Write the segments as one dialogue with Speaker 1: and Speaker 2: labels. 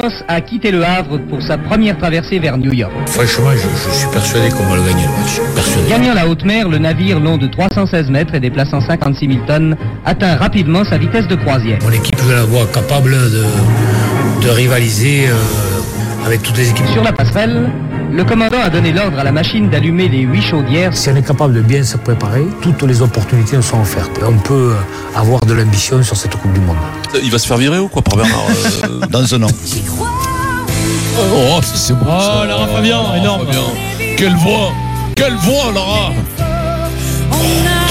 Speaker 1: Carlos a quitté le Havre pour sa première traversée vers New York.
Speaker 2: Franchement, je, je suis persuadé qu'on va le gagner le match. Persuadé.
Speaker 1: Gagnant la haute mer, le navire, long de 316 mètres et déplaçant 56 000 tonnes, atteint rapidement sa vitesse de croisière.
Speaker 2: Mon équipe, je la vois capable de, de rivaliser euh, avec toutes les équipes.
Speaker 1: Sur la passerelle, le commandant a donné l'ordre à la machine d'allumer les huit chaudières.
Speaker 2: Si on est capable de bien se préparer, toutes les opportunités nous sont offertes. On peut avoir de l'ambition sur cette Coupe du Monde.
Speaker 3: Il va se faire virer ou quoi, par Bernard euh,
Speaker 4: Dans un an.
Speaker 3: Oh, c'est bon.
Speaker 5: Oh, Lara Fabian, énorme.
Speaker 3: Quelle voix Quelle voix, Lara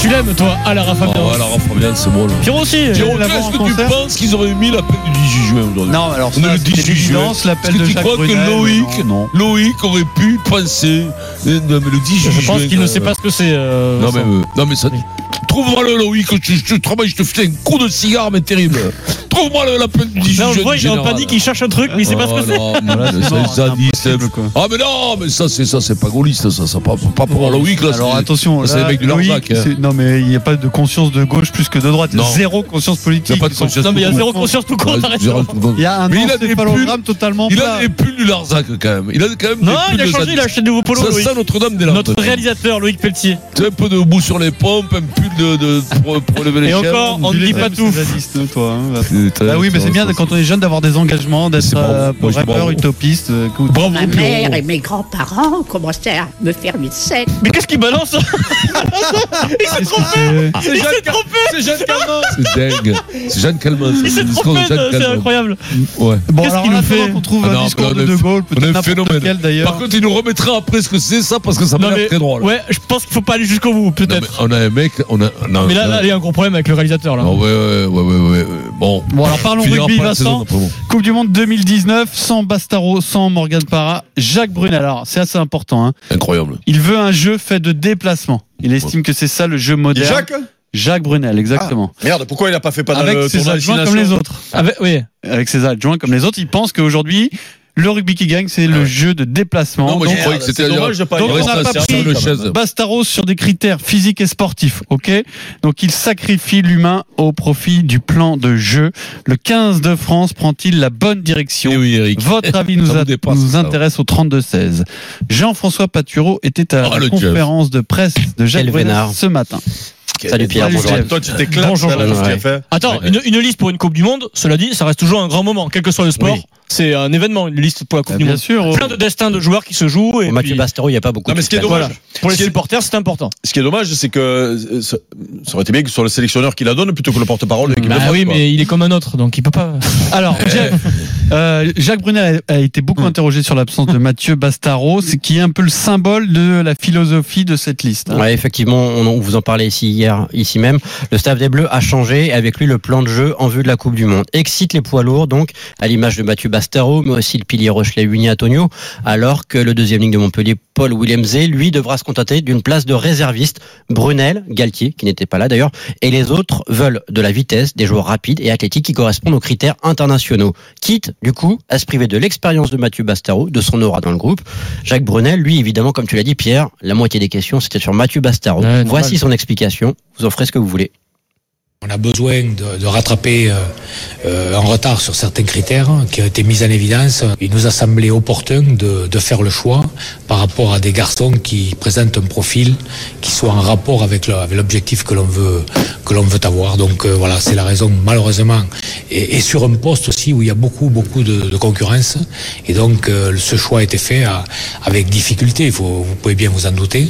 Speaker 5: Tu l'aimes, toi, à Lara Fabian
Speaker 3: Oh, Lara Fabian, c'est bon. là.
Speaker 5: Pierrot aussi, euh,
Speaker 3: Jérôme,
Speaker 5: l'avoir
Speaker 3: qu'est-ce
Speaker 5: en
Speaker 3: que
Speaker 5: concert.
Speaker 3: tu penses qu'ils auraient mis l'appel du 18 juin aujourd'hui
Speaker 4: Non, alors
Speaker 3: On est
Speaker 4: ça,
Speaker 3: le
Speaker 4: c'était
Speaker 3: 18 juin.
Speaker 4: l'évidence, l'appel
Speaker 3: Est-ce
Speaker 4: de
Speaker 3: que tu
Speaker 4: Jacques
Speaker 3: crois
Speaker 4: Brunel,
Speaker 3: que
Speaker 4: mais
Speaker 3: Loïc,
Speaker 4: non,
Speaker 3: Loïc aurait pu penser euh, non, mais le 18
Speaker 5: Je
Speaker 3: juin
Speaker 5: pense qu'il
Speaker 3: quand
Speaker 5: ne sait
Speaker 3: même.
Speaker 5: pas ce que c'est.
Speaker 3: euh,
Speaker 5: euh,
Speaker 3: Non mais,
Speaker 5: Vincent.
Speaker 3: euh, non mais ça. Trouve-moi le Loïc, je, je te travaille, je te fais un coup de cigare, mais terrible. Trouve-moi le la du 18
Speaker 5: Là, on le
Speaker 3: juin
Speaker 5: voit,
Speaker 3: du
Speaker 5: il est en
Speaker 3: général.
Speaker 5: panique, il cherche un truc, mais il sait pas ce que c'est.
Speaker 3: non, mais là, c'est
Speaker 4: mort,
Speaker 3: zadiste,
Speaker 4: c'est impossible, quoi.
Speaker 3: Ah mais non, mais ça c'est ça c'est pas gaulliste ça, ça pas, pas pour un Loïc là.
Speaker 4: Alors
Speaker 3: c'est-
Speaker 4: attention,
Speaker 3: là, c'est
Speaker 4: là,
Speaker 3: les mecs du
Speaker 4: Loïc,
Speaker 3: Larzac, hein.
Speaker 4: c'est- Non mais il n'y a pas de conscience de gauche plus que de droite.
Speaker 3: Non.
Speaker 4: Zéro conscience
Speaker 3: Il
Speaker 4: politique.
Speaker 3: n'y a pas de conscience.
Speaker 5: Non, mais il y a
Speaker 3: pour-
Speaker 5: zéro conscience tout court,
Speaker 3: Ouais,
Speaker 5: t'as
Speaker 3: zéro
Speaker 5: raison.
Speaker 3: conscience.
Speaker 4: Il y a un
Speaker 3: Mais il a des
Speaker 4: encéphalogramme totalement
Speaker 3: Il
Speaker 4: plat.
Speaker 3: a des pulls du Larzac quand même. Il a quand même
Speaker 5: Non,
Speaker 3: des
Speaker 5: il a
Speaker 3: pulls de
Speaker 5: changé, il a
Speaker 3: zadiste.
Speaker 5: acheté de nouveaux polos,
Speaker 3: Ça
Speaker 5: Loïc.
Speaker 3: sent Notre-Dame-des-Landes.
Speaker 5: Notre réalisateur, Loïc Pelletier.
Speaker 3: C'est un peu de boue sur les pompes, un pull de, de- pour, pour lever les
Speaker 5: Et
Speaker 3: chèvres.
Speaker 5: encore, on ne dit pas tout.
Speaker 4: Zadiste, toi, hein, Vincent.
Speaker 3: Putain,
Speaker 4: Bah oui, mais
Speaker 3: Euh,
Speaker 4: c'est
Speaker 3: ça,
Speaker 4: bien
Speaker 3: ça,
Speaker 4: quand on est jeune d'avoir des engagements, d'être
Speaker 3: C'est bravo.
Speaker 4: euh,
Speaker 3: Moi, je dis
Speaker 4: rappeur,
Speaker 3: bravo.
Speaker 4: utopiste. euh, que-
Speaker 5: Bravo,
Speaker 6: Ma mère et mes grands-parents commençaient à me faire une scène.
Speaker 5: Mais qu'est-ce qu'il balance
Speaker 4: Qu'est-ce que c'est
Speaker 3: C'est
Speaker 5: Il
Speaker 3: Jeanne
Speaker 5: s'est trompé
Speaker 3: C'est Jeanne Calment C'est dingue. C'est Jeanne Calment.
Speaker 5: Il s'est
Speaker 3: le discours
Speaker 5: trompé,
Speaker 3: de Jeanne
Speaker 5: c'est
Speaker 3: Calment.
Speaker 5: incroyable.
Speaker 3: Ouais.
Speaker 4: Bon,
Speaker 5: Qu'est-ce
Speaker 4: alors
Speaker 5: qu'il
Speaker 4: en
Speaker 5: nous
Speaker 4: attendant
Speaker 5: fait
Speaker 4: qu'on trouve
Speaker 3: Ah
Speaker 4: un
Speaker 3: non,
Speaker 4: discours
Speaker 3: on
Speaker 4: de
Speaker 3: est-
Speaker 4: De Gaulle,
Speaker 3: On a un
Speaker 4: peut-être n'importe
Speaker 3: phénomène.
Speaker 4: lequel
Speaker 3: Par
Speaker 4: d'ailleurs.
Speaker 3: contre, il nous remettra après ce que c'est ça parce que ça m'a
Speaker 5: Non,
Speaker 3: l'air
Speaker 5: mais-
Speaker 3: très drôle.
Speaker 5: Ouais, je pense qu'il faut pas aller jusqu'au bout,
Speaker 3: Non, euh, mais
Speaker 5: peut-être.
Speaker 3: on a un mec, on a. non,
Speaker 5: Mais là,
Speaker 3: non.
Speaker 5: là, il y a un gros problème avec le réalisateur, là.
Speaker 3: Ah ouais, ouais, ouais, ouais, ouais, ouais. Bon.
Speaker 4: Bon, alors parlons
Speaker 3: Finira
Speaker 4: rugby,
Speaker 3: pas la saison
Speaker 4: Vincent.
Speaker 3: après, bon.
Speaker 4: Coupe du Monde 2019, sans Bastaro, sans Morgan Parra, Jacques Brunel. Alors, c'est assez important. Hein.
Speaker 3: Incroyable.
Speaker 4: Il veut un jeu fait de déplacement. Il estime que c'est ça le jeu
Speaker 7: Et
Speaker 4: moderne.
Speaker 7: Jacques
Speaker 4: Jacques Brunel, exactement.
Speaker 3: Ah,
Speaker 7: Merde, pourquoi il a pas fait pas dans
Speaker 3: euh,
Speaker 4: Avec
Speaker 7: le
Speaker 4: ses
Speaker 7: tournoi des Six
Speaker 4: adjoints comme
Speaker 7: Nations
Speaker 4: les autres.
Speaker 5: Avec- oui.
Speaker 4: Avec ses adjoints comme les autres, il pense qu'aujourd'hui, le rugby qui gagne, c'est le jeu de déplacement.
Speaker 3: Non, moi, je
Speaker 4: Donc,
Speaker 3: croyais que
Speaker 7: Merde,
Speaker 3: c'était
Speaker 7: c'est dommage de pas
Speaker 4: donc,
Speaker 7: y
Speaker 4: on
Speaker 7: aller.
Speaker 4: n'a pas pris
Speaker 3: une chaise.
Speaker 4: Bastaro sur des critères physiques et sportifs, ok Donc il sacrifie l'humain au profit du plan de jeu. Le 15 de France prend-il la bonne direction
Speaker 3: Eh oui, Eric.
Speaker 4: Votre avis nous,
Speaker 3: Ça vous
Speaker 4: a-
Speaker 3: dépasse,
Speaker 4: nous
Speaker 3: ça.
Speaker 4: intéresse au 32-16. Jean-François Patureau était à
Speaker 3: Ah,
Speaker 4: la
Speaker 3: le Jeff.
Speaker 4: conférence de presse de Jacques
Speaker 8: Quel
Speaker 4: Brunel
Speaker 8: vénard.
Speaker 4: ce matin.
Speaker 8: Salut Pierre,
Speaker 4: Salut,
Speaker 8: bonjour.
Speaker 4: Pierre.
Speaker 7: Toi, tu t'éclates
Speaker 5: Bonjour,
Speaker 7: là, là,
Speaker 8: Jean-Jacques.
Speaker 7: ce qu'il a fait.
Speaker 5: Attends, une, une liste pour une Coupe du Monde, cela dit, ça reste toujours un grand moment, quel que soit le sport.
Speaker 3: Oui.
Speaker 5: C'est un événement, une liste pour la Coupe
Speaker 4: Bah,
Speaker 5: du
Speaker 4: bien
Speaker 5: Monde.
Speaker 4: sûr. oh.
Speaker 5: Plein de destins de joueurs qui se jouent. Et
Speaker 8: Pour Mathieu
Speaker 5: puis,
Speaker 8: Bastero, il n'y a pas beaucoup
Speaker 7: Non, mais
Speaker 8: de
Speaker 7: ce qui est
Speaker 8: suspense.
Speaker 7: dommage,
Speaker 5: pour les
Speaker 7: ce qui est-
Speaker 5: supporters, c'est important.
Speaker 7: ce qui est dommage, c'est que euh, ça ça aurait été bien que ce soit le sélectionneur qui la donne plutôt que le porte-parole. de
Speaker 4: Bah
Speaker 7: l'équipe de France, quoi.
Speaker 5: Bah il est comme un autre, donc il peut pas.
Speaker 4: Alors, Jeff, euh, Jacques Brunel a, a été beaucoup
Speaker 3: Hum.
Speaker 4: interrogé sur l'absence de Mathieu Bastaro, ce qui est un peu le symbole de la philosophie de cette liste. hein.
Speaker 8: Ouais, effectivement, on, on vous en parlait ici hier, ici même. Le staff des Bleus a changé et avec lui le plan de jeu en vue de la Coupe du Monde. Excite les poids lourds, donc, à l'image de Mathieu Bastaro, mais aussi le pilier Rochelet Uni Antonio, alors que le deuxième ligne de Montpellier, Paul Willemsey, lui, devra se contenter d'une place de réserviste. Brunel, Galtier, qui n'était pas là d'ailleurs, et les autres veulent de la vitesse, des joueurs rapides et athlétiques qui correspondent aux critères internationaux. Quitte, du coup, à se priver de l'expérience de Mathieu Bastaro, de son aura dans le groupe. Jacques Brunel, lui, évidemment, comme tu l'as dit, Pierre, la moitié des questions, c'était sur Mathieu Bastaro.
Speaker 5: Ouais,
Speaker 8: Voici son explication. Vous en ferez ce que vous voulez.
Speaker 9: On a besoin de, de rattraper euh, euh, en retard sur certains critères hein, qui ont été mis en évidence. Il nous a semblé opportun de, de faire le choix par rapport à des garçons qui présentent un profil qui soit en rapport avec le- avec l'objectif que l'on veut que l'on veut avoir. Donc euh, voilà, c'est la raison malheureusement. Et, et sur un poste aussi où il y a beaucoup beaucoup de, de concurrence. Et donc euh, ce choix a été fait à- avec difficulté. Il faut- vous pouvez bien vous en douter.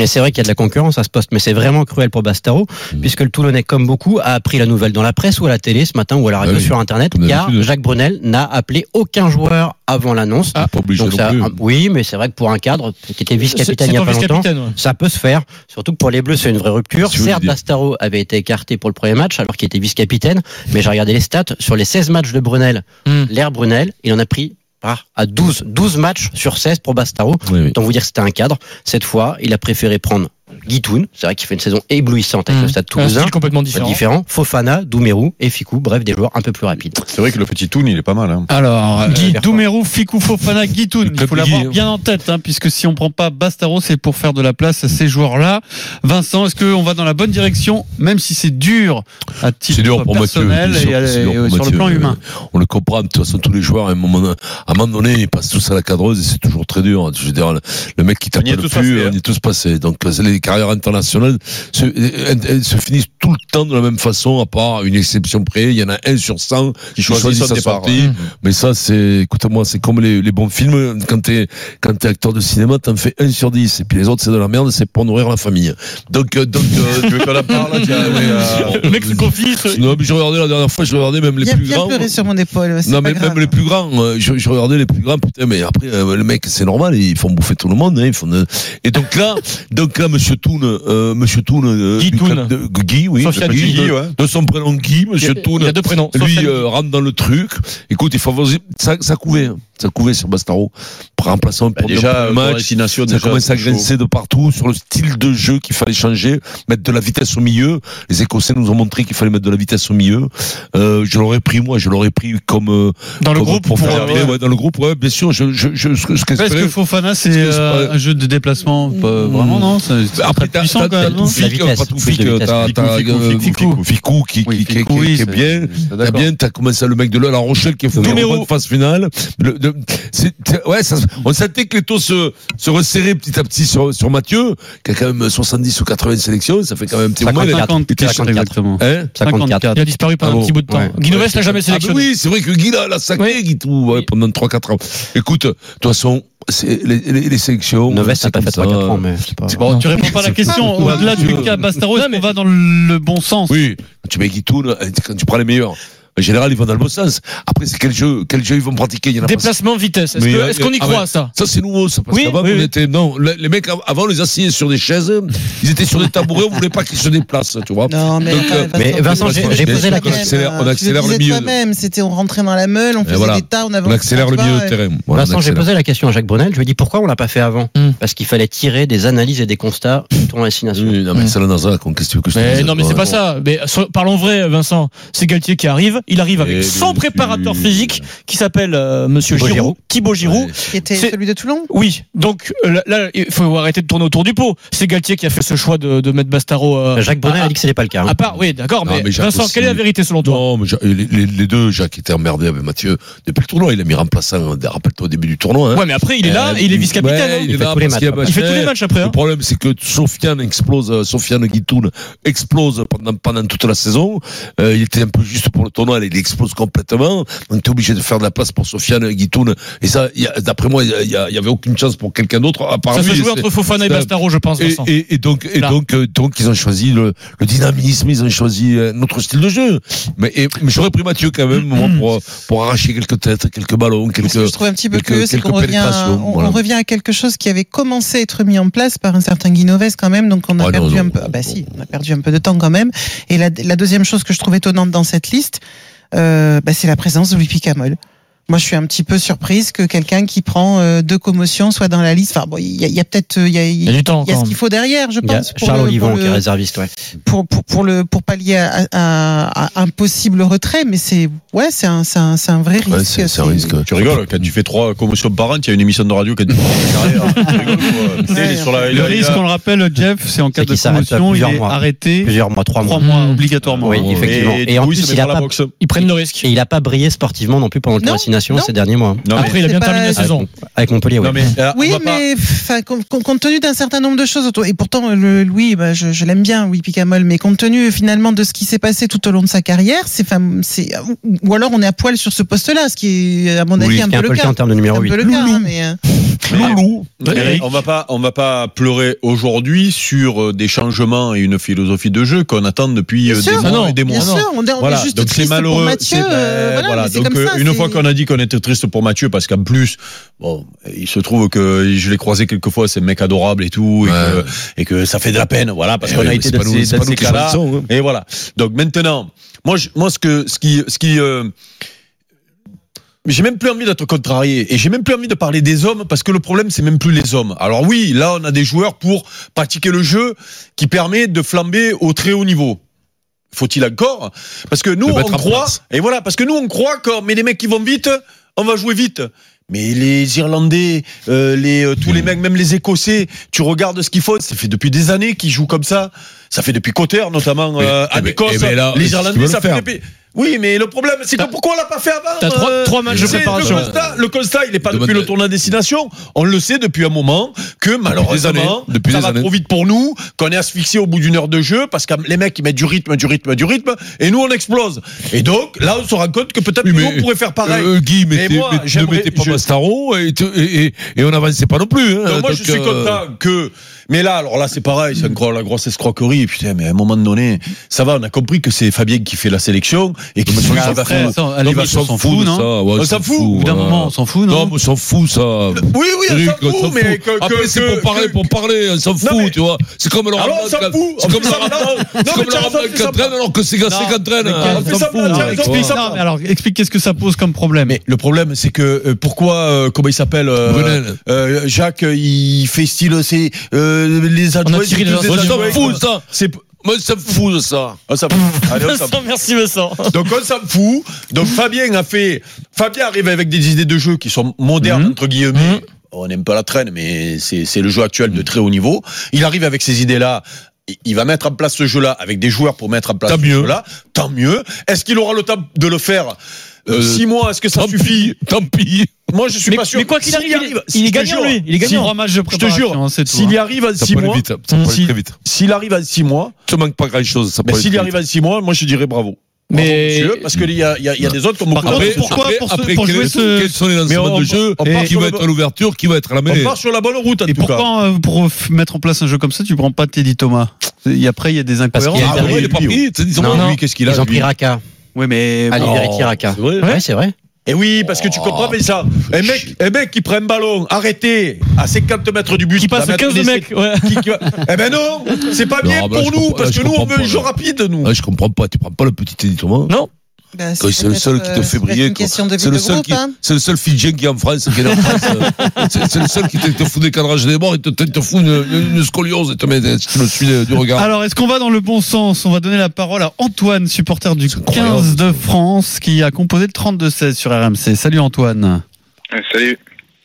Speaker 8: Et c'est vrai qu'il y a de la concurrence à ce poste, mais c'est vraiment cruel pour Bastaro, puisque le Toulonnais, comme beaucoup, a appris la nouvelle dans la presse ou à la télé ce matin ou à la radio
Speaker 3: Ah oui,
Speaker 8: sur Internet,
Speaker 3: comme
Speaker 8: car
Speaker 3: d'habitude.
Speaker 8: Jacques Brunel n'a appelé aucun joueur avant l'annonce.
Speaker 3: Pas obligé
Speaker 8: Donc
Speaker 3: non
Speaker 8: ça-
Speaker 3: plus.
Speaker 8: oui, mais c'est vrai que pour un cadre qui était vice-capitaine il n'y a pas longtemps,
Speaker 5: vice-capitaine. ouais.
Speaker 8: ça peut se faire. Surtout que pour les Bleus, c'est une vraie rupture.
Speaker 3: Si vous
Speaker 8: Certes,
Speaker 3: voulez dire.
Speaker 8: Bastaro avait été écarté pour le premier match alors qu'il était vice-capitaine, mais j'ai regardé les stats. Sur les 16 matchs de Brunel,
Speaker 5: Hmm.
Speaker 8: l'air Brunel, il en a pris part à 12, 12 matchs sur 16 pour Bastaro.
Speaker 3: Oui, oui.
Speaker 8: Autant vous dire que c'était un cadre. Cette fois, il a préféré prendre Guitoun, c'est vrai qu'il fait une saison éblouissante
Speaker 4: Hmm.
Speaker 8: avec le Stade
Speaker 5: Hum. Un
Speaker 8: Toulousain.
Speaker 5: style complètement
Speaker 8: Différent.
Speaker 5: différent.
Speaker 8: Fofana, Doumerou et Ficou, bref des joueurs un peu plus rapides.
Speaker 7: C'est vrai que le petit Toon, il est pas mal. Hein.
Speaker 4: Alors, Guy
Speaker 8: Vercors.
Speaker 4: Doumerou, Fikou Fofana, Guitoun, il
Speaker 3: club
Speaker 4: faut
Speaker 3: Guy,
Speaker 4: l'avoir
Speaker 3: hein.
Speaker 4: bien en tête, hein, puisque si on prend pas Bastaro, c'est pour faire de la place à ces joueurs-là. Vincent, est-ce qu'on va dans la bonne direction, même si c'est dur à titre
Speaker 3: C'est dur pour Mathieu.
Speaker 4: personnel
Speaker 3: c'est dur,
Speaker 4: et,
Speaker 3: c'est
Speaker 4: et
Speaker 3: dur pour
Speaker 4: sur le
Speaker 3: Mathieu.
Speaker 4: plan humain
Speaker 3: On le comprend. De toute façon, tous les joueurs, à un moment, à un moment donné, ils passent tous à la cadreuse et c'est toujours très dur. hein. Je veux dire, le- le mec qui tape
Speaker 7: On y est
Speaker 3: le
Speaker 7: tous
Speaker 3: plus,
Speaker 7: passés, hein.
Speaker 3: on y est tous passés. Donc, c'est les carrières internationales se, elles- elles se finissent tout le temps de la même façon, à part une exception près. Il y en a un sur 100 qui
Speaker 7: choisit
Speaker 3: choisit
Speaker 7: son
Speaker 3: sa
Speaker 7: départ,
Speaker 3: sortie. Mais ça, c'est, écoute-moi, c'est comme les, les bons films. Quand t'es, quand t'es acteur de cinéma, t'en fais un sur 10. Et puis les autres, c'est de la merde, c'est pour nourrir la famille. Donc, euh, donc, euh,
Speaker 7: tu veux qu'on en parle là tiens, ouais, euh,
Speaker 5: Le mec se confie. se-
Speaker 3: non, mais je regardais la dernière fois, je regardais même les
Speaker 10: Il y a
Speaker 3: plus
Speaker 10: bien
Speaker 3: grands.
Speaker 10: pleuré sur mon épaule. c'est
Speaker 3: Non,
Speaker 10: pas
Speaker 3: mais
Speaker 10: grave.
Speaker 3: même les plus grands, euh, je, je regardais les plus grands, putain, mais après, euh, le mec, c'est normal, ils font bouffer tout le monde, hein, ils font de- Et donc là, donc là, monsieur Toun, euh, monsieur Toun, euh,
Speaker 5: Guy
Speaker 3: du
Speaker 5: Toun.
Speaker 3: club de- Guy, oui,
Speaker 5: Sofiane
Speaker 3: le petit
Speaker 5: Guy,
Speaker 3: de,
Speaker 7: ouais.
Speaker 3: de son prénom Guy,
Speaker 5: Il y a-
Speaker 3: monsieur Toun,
Speaker 5: Il y a deux prénoms.
Speaker 3: lui,
Speaker 5: Sofiane-
Speaker 3: euh, rentre dans le truc. Écoute, il favorise, ça, ça couvait, hein. ça couvait sur Bastaro. Remplaçant
Speaker 7: bah,
Speaker 3: pour
Speaker 7: déjà,
Speaker 3: le
Speaker 7: match,
Speaker 3: match.
Speaker 7: destination,
Speaker 3: Ça
Speaker 7: déjà,
Speaker 3: commence à
Speaker 7: c'est chaud.
Speaker 3: grincer de partout sur le style de jeu qu'il fallait changer, mettre de la vitesse au milieu. Les Écossais nous ont montré qu'il fallait mettre de la vitesse au milieu. Euh, je l'aurais pris moi, je l'aurais pris comme euh,
Speaker 5: Dans le
Speaker 3: comme
Speaker 5: groupe,
Speaker 3: pour,
Speaker 5: pour,
Speaker 3: faire
Speaker 5: euh,
Speaker 3: appeler, ouais, dans le groupe. Ouais, bien sûr. Je, je, je, ce que- ce
Speaker 4: Est-ce
Speaker 3: qu'espérait-
Speaker 4: que Fofana, c'est
Speaker 3: Parce que c'est
Speaker 4: euh,
Speaker 3: pas- Mmh.
Speaker 4: un jeu de déplacement Pas Vraiment, non C'est c'est
Speaker 3: après,
Speaker 4: très
Speaker 3: t'as
Speaker 4: puissant,
Speaker 3: t'as- t'as
Speaker 4: quand même. non
Speaker 8: La
Speaker 3: Toufik,
Speaker 8: vitesse,
Speaker 3: pas
Speaker 8: plus
Speaker 3: Toufik,
Speaker 8: de vitesse.
Speaker 3: t'as- t'as,
Speaker 8: Ficou,
Speaker 3: euh, Ficou, Ficou qui
Speaker 4: Oui,
Speaker 3: qui- qui-
Speaker 4: Ficou,
Speaker 3: qui-
Speaker 4: oui,
Speaker 3: qui est
Speaker 4: c'est-
Speaker 3: bien. T'as bien, t'as commencé le mec de La Rochelle qui est fait
Speaker 5: Numéro.
Speaker 3: en bonne phase finale. Le- de- c'est- c'est- ouais, ça, se- on sentait que les taux se, se resserraient petit à petit sur, sur Mathieu, qui a quand même 70 ou 80 sélections, ça fait quand même, t'es au moins, les-
Speaker 8: 54.
Speaker 4: 54, exactement.
Speaker 3: hein?
Speaker 8: 54.
Speaker 5: Il a disparu
Speaker 3: Ah
Speaker 5: pendant un
Speaker 3: bon,
Speaker 5: petit bout de temps.
Speaker 8: ouais.
Speaker 5: Guinoves l'a jamais
Speaker 3: Ah ben
Speaker 5: sélectionné.
Speaker 3: oui, c'est vrai que Guy l'a l'a sacré, Guy tout, ouais, pendant 3-4 ans. Écoute, de toute façon, c'est les, les, les sélections.
Speaker 8: Noves n'a
Speaker 3: c'est
Speaker 8: pas fait
Speaker 3: comme
Speaker 8: 3-4
Speaker 3: ça.
Speaker 8: ans, mais c'est pas.
Speaker 3: C'est hein,
Speaker 4: Bon, tu réponds pas à la question. Au-delà du cas Bastaro, est-ce qu'on va dans le bon sens
Speaker 3: Oui, tu mets qui tourne, euh, quand tu prends les meilleurs. En général, ils vont dans le bon sens. Après, c'est quel jeu, quel jeu ils vont pratiquer. Il y en a pas-
Speaker 5: Déplacement, vitesse. Est-ce
Speaker 3: Mais,
Speaker 5: que-
Speaker 3: euh,
Speaker 5: est-ce qu'on y
Speaker 3: ah
Speaker 5: croit,
Speaker 3: ouais.
Speaker 5: ça
Speaker 3: Ça, c'est nouveau, ça. Parce
Speaker 5: Oui,
Speaker 3: qu'avant,
Speaker 5: oui,
Speaker 3: on
Speaker 5: oui.
Speaker 3: était, non, le- les mecs, av- avant, on les asseyait sur des chaises, ils étaient sur des tabourets, on voulait pas qu'ils se déplacent, tu vois.
Speaker 10: Non, mais,
Speaker 3: Donc, euh,
Speaker 8: mais Vincent,
Speaker 10: tu
Speaker 8: j'ai-
Speaker 10: le
Speaker 8: j'ai
Speaker 10: disais
Speaker 8: posé la
Speaker 10: quand même,
Speaker 3: question.
Speaker 10: euh,
Speaker 3: On
Speaker 10: tu
Speaker 3: accélère le
Speaker 10: disais
Speaker 3: milieu.
Speaker 10: toi-même, c'était on rentrait dans la meule, on faisait
Speaker 3: voilà.
Speaker 10: des tas, on avançait.
Speaker 3: On accélère le
Speaker 10: tu vois,
Speaker 3: milieu de
Speaker 10: et-
Speaker 3: terrain. Voilà, on
Speaker 8: Vincent, j'ai
Speaker 3: accélère.
Speaker 8: posé la question à Jacques Brunel. Je lui ai dit pourquoi on l'a pas fait avant
Speaker 5: Hmm.
Speaker 8: Parce qu'il fallait tirer des analyses et des constats sur la destination.
Speaker 3: Oui, non, mais c'est la NASA, qu'on- qu'est-ce que tu veux que je te
Speaker 5: Mais
Speaker 3: dise
Speaker 5: non, mais c'est
Speaker 3: Ouais,
Speaker 5: pas
Speaker 3: bon.
Speaker 5: ça. Mais so- parlons vrai, Vincent. C'est Galtier qui arrive. Il arrive
Speaker 3: Eh,
Speaker 5: avec son
Speaker 3: bien
Speaker 5: préparateur
Speaker 3: sûr.
Speaker 5: physique qui s'appelle euh, Monsieur
Speaker 8: Thibaut
Speaker 5: Giroud,
Speaker 8: Giroud.
Speaker 5: Thibaut Giroud.
Speaker 3: Ouais.
Speaker 10: Qui était
Speaker 5: C'est-
Speaker 10: celui de Toulon
Speaker 5: Oui, donc euh, là, là, il faut arrêter de tourner autour du pot. C'est Galtier qui a fait ce choix de, de mettre Bastaro. euh,
Speaker 3: Bah,
Speaker 8: Jacques Brunel
Speaker 5: à-
Speaker 8: a dit que ce n'est pas le cas. hein.
Speaker 5: À part, oui, d'accord,
Speaker 3: Non,
Speaker 5: mais,
Speaker 3: mais Jacques
Speaker 5: Vincent,
Speaker 3: aussi.
Speaker 5: quelle est la vérité selon toi
Speaker 3: Non, mais Jacques- les, les- les deux, Jacques était emmerdé avec Mathieu. Depuis le tournoi, il a mis remplaçant, rappelle-toi, au début du tournoi. Hein.
Speaker 5: Ouais, mais après, il est là
Speaker 3: Euh,
Speaker 5: et il est vice-capitaine.
Speaker 3: ouais,
Speaker 5: hein.
Speaker 3: il,
Speaker 8: Il
Speaker 3: est
Speaker 8: fait
Speaker 3: là
Speaker 8: tous les
Speaker 3: parce qu'il
Speaker 8: matchs
Speaker 3: a
Speaker 5: Il fait tous les
Speaker 3: matché.
Speaker 5: matchs après.
Speaker 3: Le
Speaker 5: hein.
Speaker 3: problème, c'est que Sofiane explose, euh, Sofiane Guitoun explose pendant, pendant toute la saison. Euh, il était un peu juste pour le tournoi, là, il explose complètement. Donc, t'es obligé de faire de la place pour Sofiane Guitoun. Et ça, il y a- d'après moi, il y a- il y, a- il y avait aucune chance pour quelqu'un d'autre à part
Speaker 5: Ça se
Speaker 3: lui.
Speaker 5: jouait
Speaker 3: C'est-
Speaker 5: entre Fofana et
Speaker 3: c'est-
Speaker 5: Bastaro, je pense,
Speaker 3: et,
Speaker 5: Vincent.
Speaker 3: et- et donc, et
Speaker 5: Là.
Speaker 3: donc, euh, donc, ils ont choisi le, le dynamisme, ils ont choisi euh, notre style de jeu. Mais, et- mais j'aurais pris Mathieu quand même, moi, pour, euh, pour arracher quelques têtes, quelques ballons,
Speaker 10: Ce que
Speaker 3: quelques.
Speaker 10: je trouve un petit peu
Speaker 3: quelques-
Speaker 10: curieux, c'est qu'on
Speaker 3: quelques
Speaker 10: revient, à-
Speaker 3: pénétrations,
Speaker 10: on,
Speaker 3: voilà.
Speaker 10: on revient à quelque chose qui avait commencé à être mis en place par un certain Guinoves quand même, donc on a
Speaker 3: Ouais, non,
Speaker 10: perdu
Speaker 3: non,
Speaker 10: un peu.
Speaker 3: non,
Speaker 10: ah bah
Speaker 3: non.
Speaker 10: si, on a perdu un peu de temps quand même. Et la, la deuxième chose que je trouve étonnante dans cette liste, euh, bah, c'est la présence de Louis Picamol. Moi, je suis un petit peu surprise que quelqu'un qui prend euh, deux commotions soit dans la liste. Enfin, bon, il y a, il y a peut-être, euh, il y a,
Speaker 5: Il y a du temps
Speaker 10: il y a
Speaker 5: encore.
Speaker 10: ce qu'il faut derrière, je
Speaker 8: Il y a
Speaker 10: pense, pour,
Speaker 8: Charles
Speaker 10: le-
Speaker 8: Olivon
Speaker 10: pour,
Speaker 8: qui est
Speaker 10: le,
Speaker 8: réserviste, ouais.
Speaker 10: pour, pour, pour le pour pallier à, à- à un possible retrait. Mais c'est ouais, c'est un, c'est un, c'est un vrai risque.
Speaker 3: Ouais, c'est c'est un
Speaker 10: C'est-
Speaker 3: risque.
Speaker 7: Tu rigoles, quand tu fais trois commotions par an, tu as une émission de radio qui a dit.
Speaker 10: Ouais,
Speaker 4: Le risque, on le rappelle, Jeff, c'est en cas de
Speaker 8: C'est qu'il s'arrête à
Speaker 4: promotion, il
Speaker 8: plusieurs
Speaker 4: est
Speaker 8: mois.
Speaker 4: arrêté
Speaker 8: Plusieurs mois, trois mois.
Speaker 4: trois mois obligatoirement.
Speaker 8: Oui, effectivement. Et, en plus, il a,
Speaker 7: la
Speaker 8: pas,
Speaker 7: boxe.
Speaker 5: Ils prennent le risque.
Speaker 8: et il a pas brillé sportivement non plus pendant le
Speaker 10: Non,
Speaker 8: tour destination
Speaker 10: non.
Speaker 8: ces derniers mois.
Speaker 7: Non, mais-
Speaker 5: Après, il a
Speaker 10: C'est
Speaker 5: bien
Speaker 10: pas-
Speaker 5: terminé la
Speaker 10: c'est-
Speaker 5: saison.
Speaker 8: Avec Montpellier, oui.
Speaker 7: Non, mais euh,
Speaker 10: Oui,
Speaker 7: on va pas-
Speaker 10: mais enfin, com- com- compte tenu d'un certain nombre de choses autour. Et pourtant, le, Louis, bah, je, je l'aime bien, Louis Picamol, mais compte tenu finalement de ce qui s'est passé tout au long de sa carrière, c'est, enfin, c'est, ou- ou alors on est à poil sur ce poste-là, ce qui est, à mon avis,
Speaker 8: Oui,
Speaker 10: un
Speaker 8: c'est
Speaker 10: peu
Speaker 8: un
Speaker 10: le
Speaker 8: peu le cas
Speaker 10: cas.
Speaker 8: en termes de numéro
Speaker 10: Un
Speaker 8: 8.
Speaker 10: peu le cas, hein, mais, euh,
Speaker 3: Loulou.
Speaker 7: Mais
Speaker 4: Eric.
Speaker 7: on va pas, on va pas pleurer aujourd'hui sur euh, des changements et une philosophie de jeu qu'on attend depuis
Speaker 10: Bien
Speaker 7: euh, des
Speaker 10: sûr.
Speaker 7: mois
Speaker 5: Ah non,
Speaker 7: et des mois.
Speaker 10: bien sûr, on, est- on
Speaker 7: Voilà,
Speaker 10: est juste
Speaker 7: donc c'est
Speaker 10: triste pour
Speaker 7: malheureux.
Speaker 10: Mathieu.
Speaker 7: C'est- ben,
Speaker 10: euh, voilà, mais c'est
Speaker 7: donc
Speaker 10: comme
Speaker 7: euh,
Speaker 10: ça,
Speaker 7: une
Speaker 10: c'est-
Speaker 7: fois qu'on a dit qu'on était triste pour Mathieu, parce qu'en plus, bon, il se trouve que je l'ai croisé quelques fois, c'est un mec adorable et tout, et,
Speaker 3: Ouais. Eh
Speaker 7: que, et que ça fait de la peine, voilà, parce qu'on a été
Speaker 3: c'est
Speaker 7: dans
Speaker 3: pas nous-
Speaker 7: ces,
Speaker 3: c'est
Speaker 7: dans
Speaker 3: pas
Speaker 7: ces
Speaker 3: nous qui
Speaker 7: cas-là.
Speaker 3: choisissons, hein.
Speaker 7: Et voilà. Donc maintenant, moi, je, moi, ce que, ce qui, ce qui, euh,
Speaker 5: j'ai même plus envie d'être contrarié et j'ai même plus envie de parler des hommes parce que le problème c'est même plus les hommes. Alors oui, là on a des joueurs pour pratiquer le jeu qui permet de flamber au très haut niveau. Faut-il encore Parce que nous
Speaker 3: Le
Speaker 5: on
Speaker 3: mettre en
Speaker 5: croit
Speaker 3: place.
Speaker 5: et voilà parce que nous on croit que mais les mecs qui vont vite, on va jouer vite. Mais les Irlandais, euh, les euh, tous les
Speaker 3: Hmm.
Speaker 5: mecs, même les Écossais, tu regardes ce qu'ils font. Ça fait depuis des années qu'ils jouent comme ça. Ça fait depuis Cotter notamment
Speaker 3: Mais-
Speaker 5: euh,
Speaker 3: eh
Speaker 5: à
Speaker 3: ben-
Speaker 5: l'Écosse.
Speaker 3: eh ben là, si
Speaker 5: les
Speaker 3: tu veux
Speaker 5: Irlandais,
Speaker 3: le
Speaker 5: ça fait
Speaker 3: faire.
Speaker 5: depuis. Oui, mais le problème, c'est que pourquoi on l'a pas fait avant
Speaker 11: T'as trois-
Speaker 5: euh,
Speaker 11: trois matchs de
Speaker 5: c'est
Speaker 11: préparation.
Speaker 5: Le constat, le constat, il n'est pas
Speaker 3: Demande-
Speaker 5: depuis le tournoi destination. On le sait depuis un moment que
Speaker 3: années.
Speaker 5: malheureusement,
Speaker 3: Depuis
Speaker 5: ça
Speaker 3: des
Speaker 5: va
Speaker 3: années.
Speaker 5: trop vite pour nous, qu'on est asphyxié au bout d'une heure de jeu parce que les mecs ils mettent du rythme, du rythme, du rythme, et nous on explose. Et donc là, on se rend compte que peut-être
Speaker 3: Oui,
Speaker 5: nous
Speaker 3: mais-
Speaker 5: on pourrait faire pareil.
Speaker 3: Euh, Guy, mettez,
Speaker 5: moi,
Speaker 3: met- ne
Speaker 5: j'aimerais-
Speaker 3: mettez pas
Speaker 5: je-
Speaker 3: Mastaro et, te- et, et, et on n'avançait pas non plus. Hein.
Speaker 5: Donc moi, je
Speaker 3: Donc,
Speaker 5: suis
Speaker 3: euh,
Speaker 5: content que. Mais là, alors là, c'est pareil, c'est encore la grosse escroquerie. Putain, mais à un moment donné, ça va, on a compris que c'est Fabien qui fait la sélection et qu'il
Speaker 3: Mais
Speaker 5: s'en
Speaker 3: ça,
Speaker 5: fout.
Speaker 3: après,
Speaker 4: ça, à la
Speaker 5: Non,
Speaker 4: limite,
Speaker 5: mais
Speaker 3: on s'en fout de
Speaker 4: non
Speaker 3: ça. ouais,
Speaker 5: On
Speaker 3: on
Speaker 5: s'en
Speaker 3: s'en
Speaker 5: fout.
Speaker 4: Au bout
Speaker 3: fout.
Speaker 4: d'un
Speaker 3: voilà.
Speaker 4: moment, on s'en fout,
Speaker 3: Non,
Speaker 4: non
Speaker 3: mais on s'en fout, ça.
Speaker 5: Oui, oui, on
Speaker 3: Eric,
Speaker 5: s'en fout, mais que- que-
Speaker 3: Après, c'est
Speaker 5: que-
Speaker 3: pour parler,
Speaker 5: que-
Speaker 3: pour parler, on s'en fout,
Speaker 5: mais-
Speaker 3: tu vois. C'est comme le
Speaker 5: Alors, on
Speaker 3: Ramadan
Speaker 5: s'en
Speaker 3: qui-
Speaker 5: fout.
Speaker 3: C'est
Speaker 5: On
Speaker 3: comme
Speaker 5: fait
Speaker 3: le
Speaker 5: ça,
Speaker 3: Ramadan.
Speaker 5: non. Non,
Speaker 3: C'est
Speaker 5: mais
Speaker 3: comme le
Speaker 5: tiens,
Speaker 3: Ramadan
Speaker 5: on fait
Speaker 3: qui
Speaker 5: ça.
Speaker 3: entraîne alors que c'est Gasset
Speaker 11: Non,
Speaker 3: qui entraîne.
Speaker 11: mais
Speaker 3: hein.
Speaker 11: on
Speaker 3: On
Speaker 5: fait
Speaker 3: s'en
Speaker 5: ça,
Speaker 3: fout.
Speaker 5: on
Speaker 11: Alors,
Speaker 5: Avec
Speaker 4: explique,
Speaker 5: toi.
Speaker 4: non, mais alors, explique qu'est-ce que ça pose comme problème.
Speaker 5: Mais le problème, c'est que euh, pourquoi, euh, comment il s'appelle euh,
Speaker 3: Brunel.
Speaker 5: euh, Jacques, euh, il fait style, c'est euh, les adjoints.
Speaker 11: tiré les
Speaker 5: c'est tous des
Speaker 3: On s'en
Speaker 5: adjoints,
Speaker 3: fout,
Speaker 5: quoi.
Speaker 3: ça.
Speaker 5: C'est
Speaker 3: Moi, on s'en fout de ça.
Speaker 5: on s'en fout. Allez, on s'en fout.
Speaker 11: Merci Vincent.
Speaker 5: Donc on s'en fout. Donc Fabien a fait. Fabien arrive avec des idées de jeu qui sont modernes
Speaker 3: Mhm.
Speaker 5: entre guillemets. On n'aime pas la traîne, mais c'est c'est le jeu actuel de très haut niveau. Il arrive avec ces idées-là. Il- Il va mettre en place ce jeu-là avec des joueurs pour mettre en place
Speaker 3: Tant
Speaker 5: ce
Speaker 3: mieux.
Speaker 5: jeu-là. Tant mieux. Est-ce qu'il aura le temps de le faire Euh,
Speaker 3: Euh,
Speaker 5: Six mois, est-ce que ça
Speaker 3: Tant
Speaker 5: suffit
Speaker 3: pis, tant pis.
Speaker 5: Moi, je suis
Speaker 11: Mais-
Speaker 5: pas sûr.
Speaker 11: mais quoi qu'il
Speaker 5: S'il
Speaker 11: arrive, il- il
Speaker 5: je
Speaker 11: est
Speaker 5: te
Speaker 11: gagnant,
Speaker 5: jure, hein.
Speaker 11: lui. Il est gagnant.
Speaker 5: si-
Speaker 4: Trois matchs de
Speaker 5: Je te
Speaker 4: préparation,
Speaker 5: jure,
Speaker 4: hein, c'est tout,
Speaker 5: s'il y
Speaker 4: hein.
Speaker 5: arrive en
Speaker 3: Ça
Speaker 5: six
Speaker 3: peut aller
Speaker 5: mois,
Speaker 3: vite. Ça peut aller
Speaker 5: Si-
Speaker 3: très vite.
Speaker 5: s'il arrive en six mois,
Speaker 3: Ça manque pas grand-chose. ça
Speaker 5: mais
Speaker 3: peut aller
Speaker 5: s'il y
Speaker 3: très
Speaker 5: arrive
Speaker 3: vite.
Speaker 5: en six mois, moi je dirais bravo.
Speaker 11: Mais-
Speaker 5: Bravo, monsieur, parce qu'il y a, il y a- il y a des autres comme
Speaker 4: Par
Speaker 5: beaucoup
Speaker 4: contre,
Speaker 3: Après,
Speaker 4: pourquoi
Speaker 3: après,
Speaker 4: pour ce-
Speaker 3: après,
Speaker 4: pour
Speaker 3: quel-
Speaker 4: jouer ce-
Speaker 3: Quels sont les lancements
Speaker 5: on-
Speaker 3: de jeu
Speaker 5: on part
Speaker 3: Qui
Speaker 5: sur
Speaker 3: va
Speaker 5: le
Speaker 3: être
Speaker 5: bon-
Speaker 3: à l'ouverture Qui va être à la
Speaker 5: On
Speaker 3: mêlée
Speaker 5: part sur la bonne route en
Speaker 4: Et
Speaker 5: tout cas.
Speaker 4: pourquoi euh, pour f- mettre en place un jeu comme ça, tu prends pas Teddy Thomas Et après, il y a des incohérences.
Speaker 8: qu'il y a-
Speaker 3: Ah, ouais, Il est pas
Speaker 5: lui,
Speaker 3: pris. t'as dit,
Speaker 8: Non,
Speaker 3: dis-moi,
Speaker 8: non.
Speaker 3: lui, qu'est-ce qu'il a
Speaker 8: Ils ont
Speaker 3: lui
Speaker 8: pris Raka.
Speaker 4: Oui, mais
Speaker 8: Ali
Speaker 4: bon,
Speaker 8: Verratti Raka.
Speaker 3: vrai
Speaker 8: Ouais, c'est vrai.
Speaker 5: Et Eh oui, parce que tu comprends mais ça. Un mec, un mec qui prend un ballon, arrêté à 50 mètres du but,
Speaker 11: Qui passe
Speaker 5: va mettre
Speaker 11: 15
Speaker 5: des-
Speaker 11: mecs. Ouais.
Speaker 5: qui- qui va- Eh ben non, c'est pas
Speaker 3: Non,
Speaker 5: bien
Speaker 3: bah là,
Speaker 5: pour
Speaker 3: je
Speaker 5: nous
Speaker 3: comprends- là,
Speaker 5: parce que
Speaker 3: je
Speaker 5: nous on
Speaker 3: comprends
Speaker 5: veut
Speaker 3: pas,
Speaker 5: un jeu
Speaker 3: là.
Speaker 5: rapide nous.
Speaker 3: Ah, je comprends pas, tu prends pas le petit Teddy Thomas.
Speaker 11: Non.
Speaker 12: Bah,
Speaker 3: Quand c'est le seul qui
Speaker 12: peut-être,
Speaker 3: te
Speaker 12: euh,
Speaker 3: fait
Speaker 12: peut-être
Speaker 3: briller,
Speaker 12: une
Speaker 3: quoi.
Speaker 12: question de vie
Speaker 3: C'est le
Speaker 12: de
Speaker 3: seul
Speaker 12: groupe,
Speaker 3: qui,
Speaker 12: hein.
Speaker 3: c'est le seul Fidjien qui est en France, qui est là en France. euh, c'est, c'est le seul qui te, te fout des cadrages des morts et te, te, te fout une, une- une scoliose et te met, des- tu le suis euh, du regard.
Speaker 4: Alors, est-ce qu'on va dans le bon sens On va donner la parole à Antoine, supporter du
Speaker 3: C'est incroyable.
Speaker 4: 15 de France, qui a composé le 32-16 sur RMC. Salut Antoine.
Speaker 10: Salut.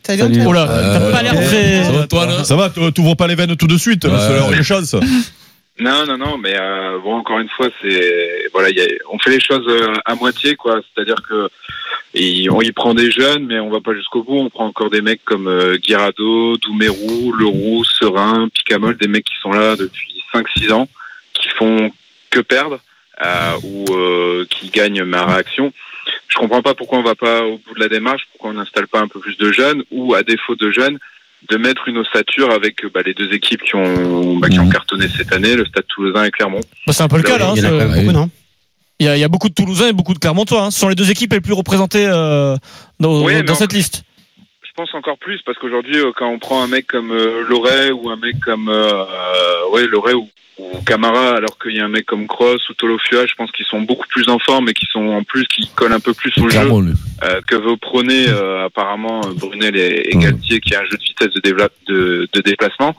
Speaker 12: Salut,
Speaker 4: Salut.
Speaker 12: Antoine.
Speaker 11: Oh là,
Speaker 3: Euh,
Speaker 11: t'as pas l'air
Speaker 3: ouais.
Speaker 11: très.
Speaker 3: Ça va, Antoine
Speaker 5: Ça va, t- t'ouvres pas les veines tout de suite,
Speaker 3: Ouais.
Speaker 5: c'est leur chance.
Speaker 10: Non, non, non, mais euh, bon, encore une fois, c'est voilà, il y a, on fait les choses euh, à moitié, quoi. C'est-à-dire que il- on y prend des jeunes, mais on va pas jusqu'au bout. On prend encore des mecs comme euh, Guirado, Doumerou, Leroux, Serin, Picamol, des mecs qui sont là depuis 5-6 ans, qui font que perdre euh, ou euh, qui gagnent ma réaction. Je comprends pas pourquoi on va pas au bout de la démarche, pourquoi on n'installe pas un peu plus de jeunes ou à défaut de jeunes. de mettre une ossature avec euh, bah, les deux équipes qui ont, bah, qui ont cartonné cette année, le Stade Toulousain et Clermont.
Speaker 11: Bah, c'est un peu le cas là. hein,
Speaker 8: Mmh. Il y en a quand
Speaker 11: c'est-
Speaker 8: même beaucoup, non
Speaker 11: Il y, a- il y a beaucoup de Toulousains et beaucoup de Clermontois. Hein. Ce sont les deux équipes les plus représentées euh, dans,
Speaker 10: Oui, mais
Speaker 11: dans
Speaker 10: en-
Speaker 11: cette liste.
Speaker 10: Je pense encore plus parce qu'aujourd'hui, euh, quand on prend un mec comme euh, Loret ou un mec comme euh, euh, ouais Loret ou, ou Camara, alors qu'il y a un mec comme Cross ou Tolofua, je pense qu'ils sont beaucoup plus en forme et qui sont en plus qui collent un peu plus au jeu
Speaker 3: Clairement, lui.
Speaker 10: euh, que veut prôner euh, apparemment euh, Brunel et, et
Speaker 3: Mm.
Speaker 10: Galtier, qui est un jeu de vitesse de, dévla- de, de déplacement.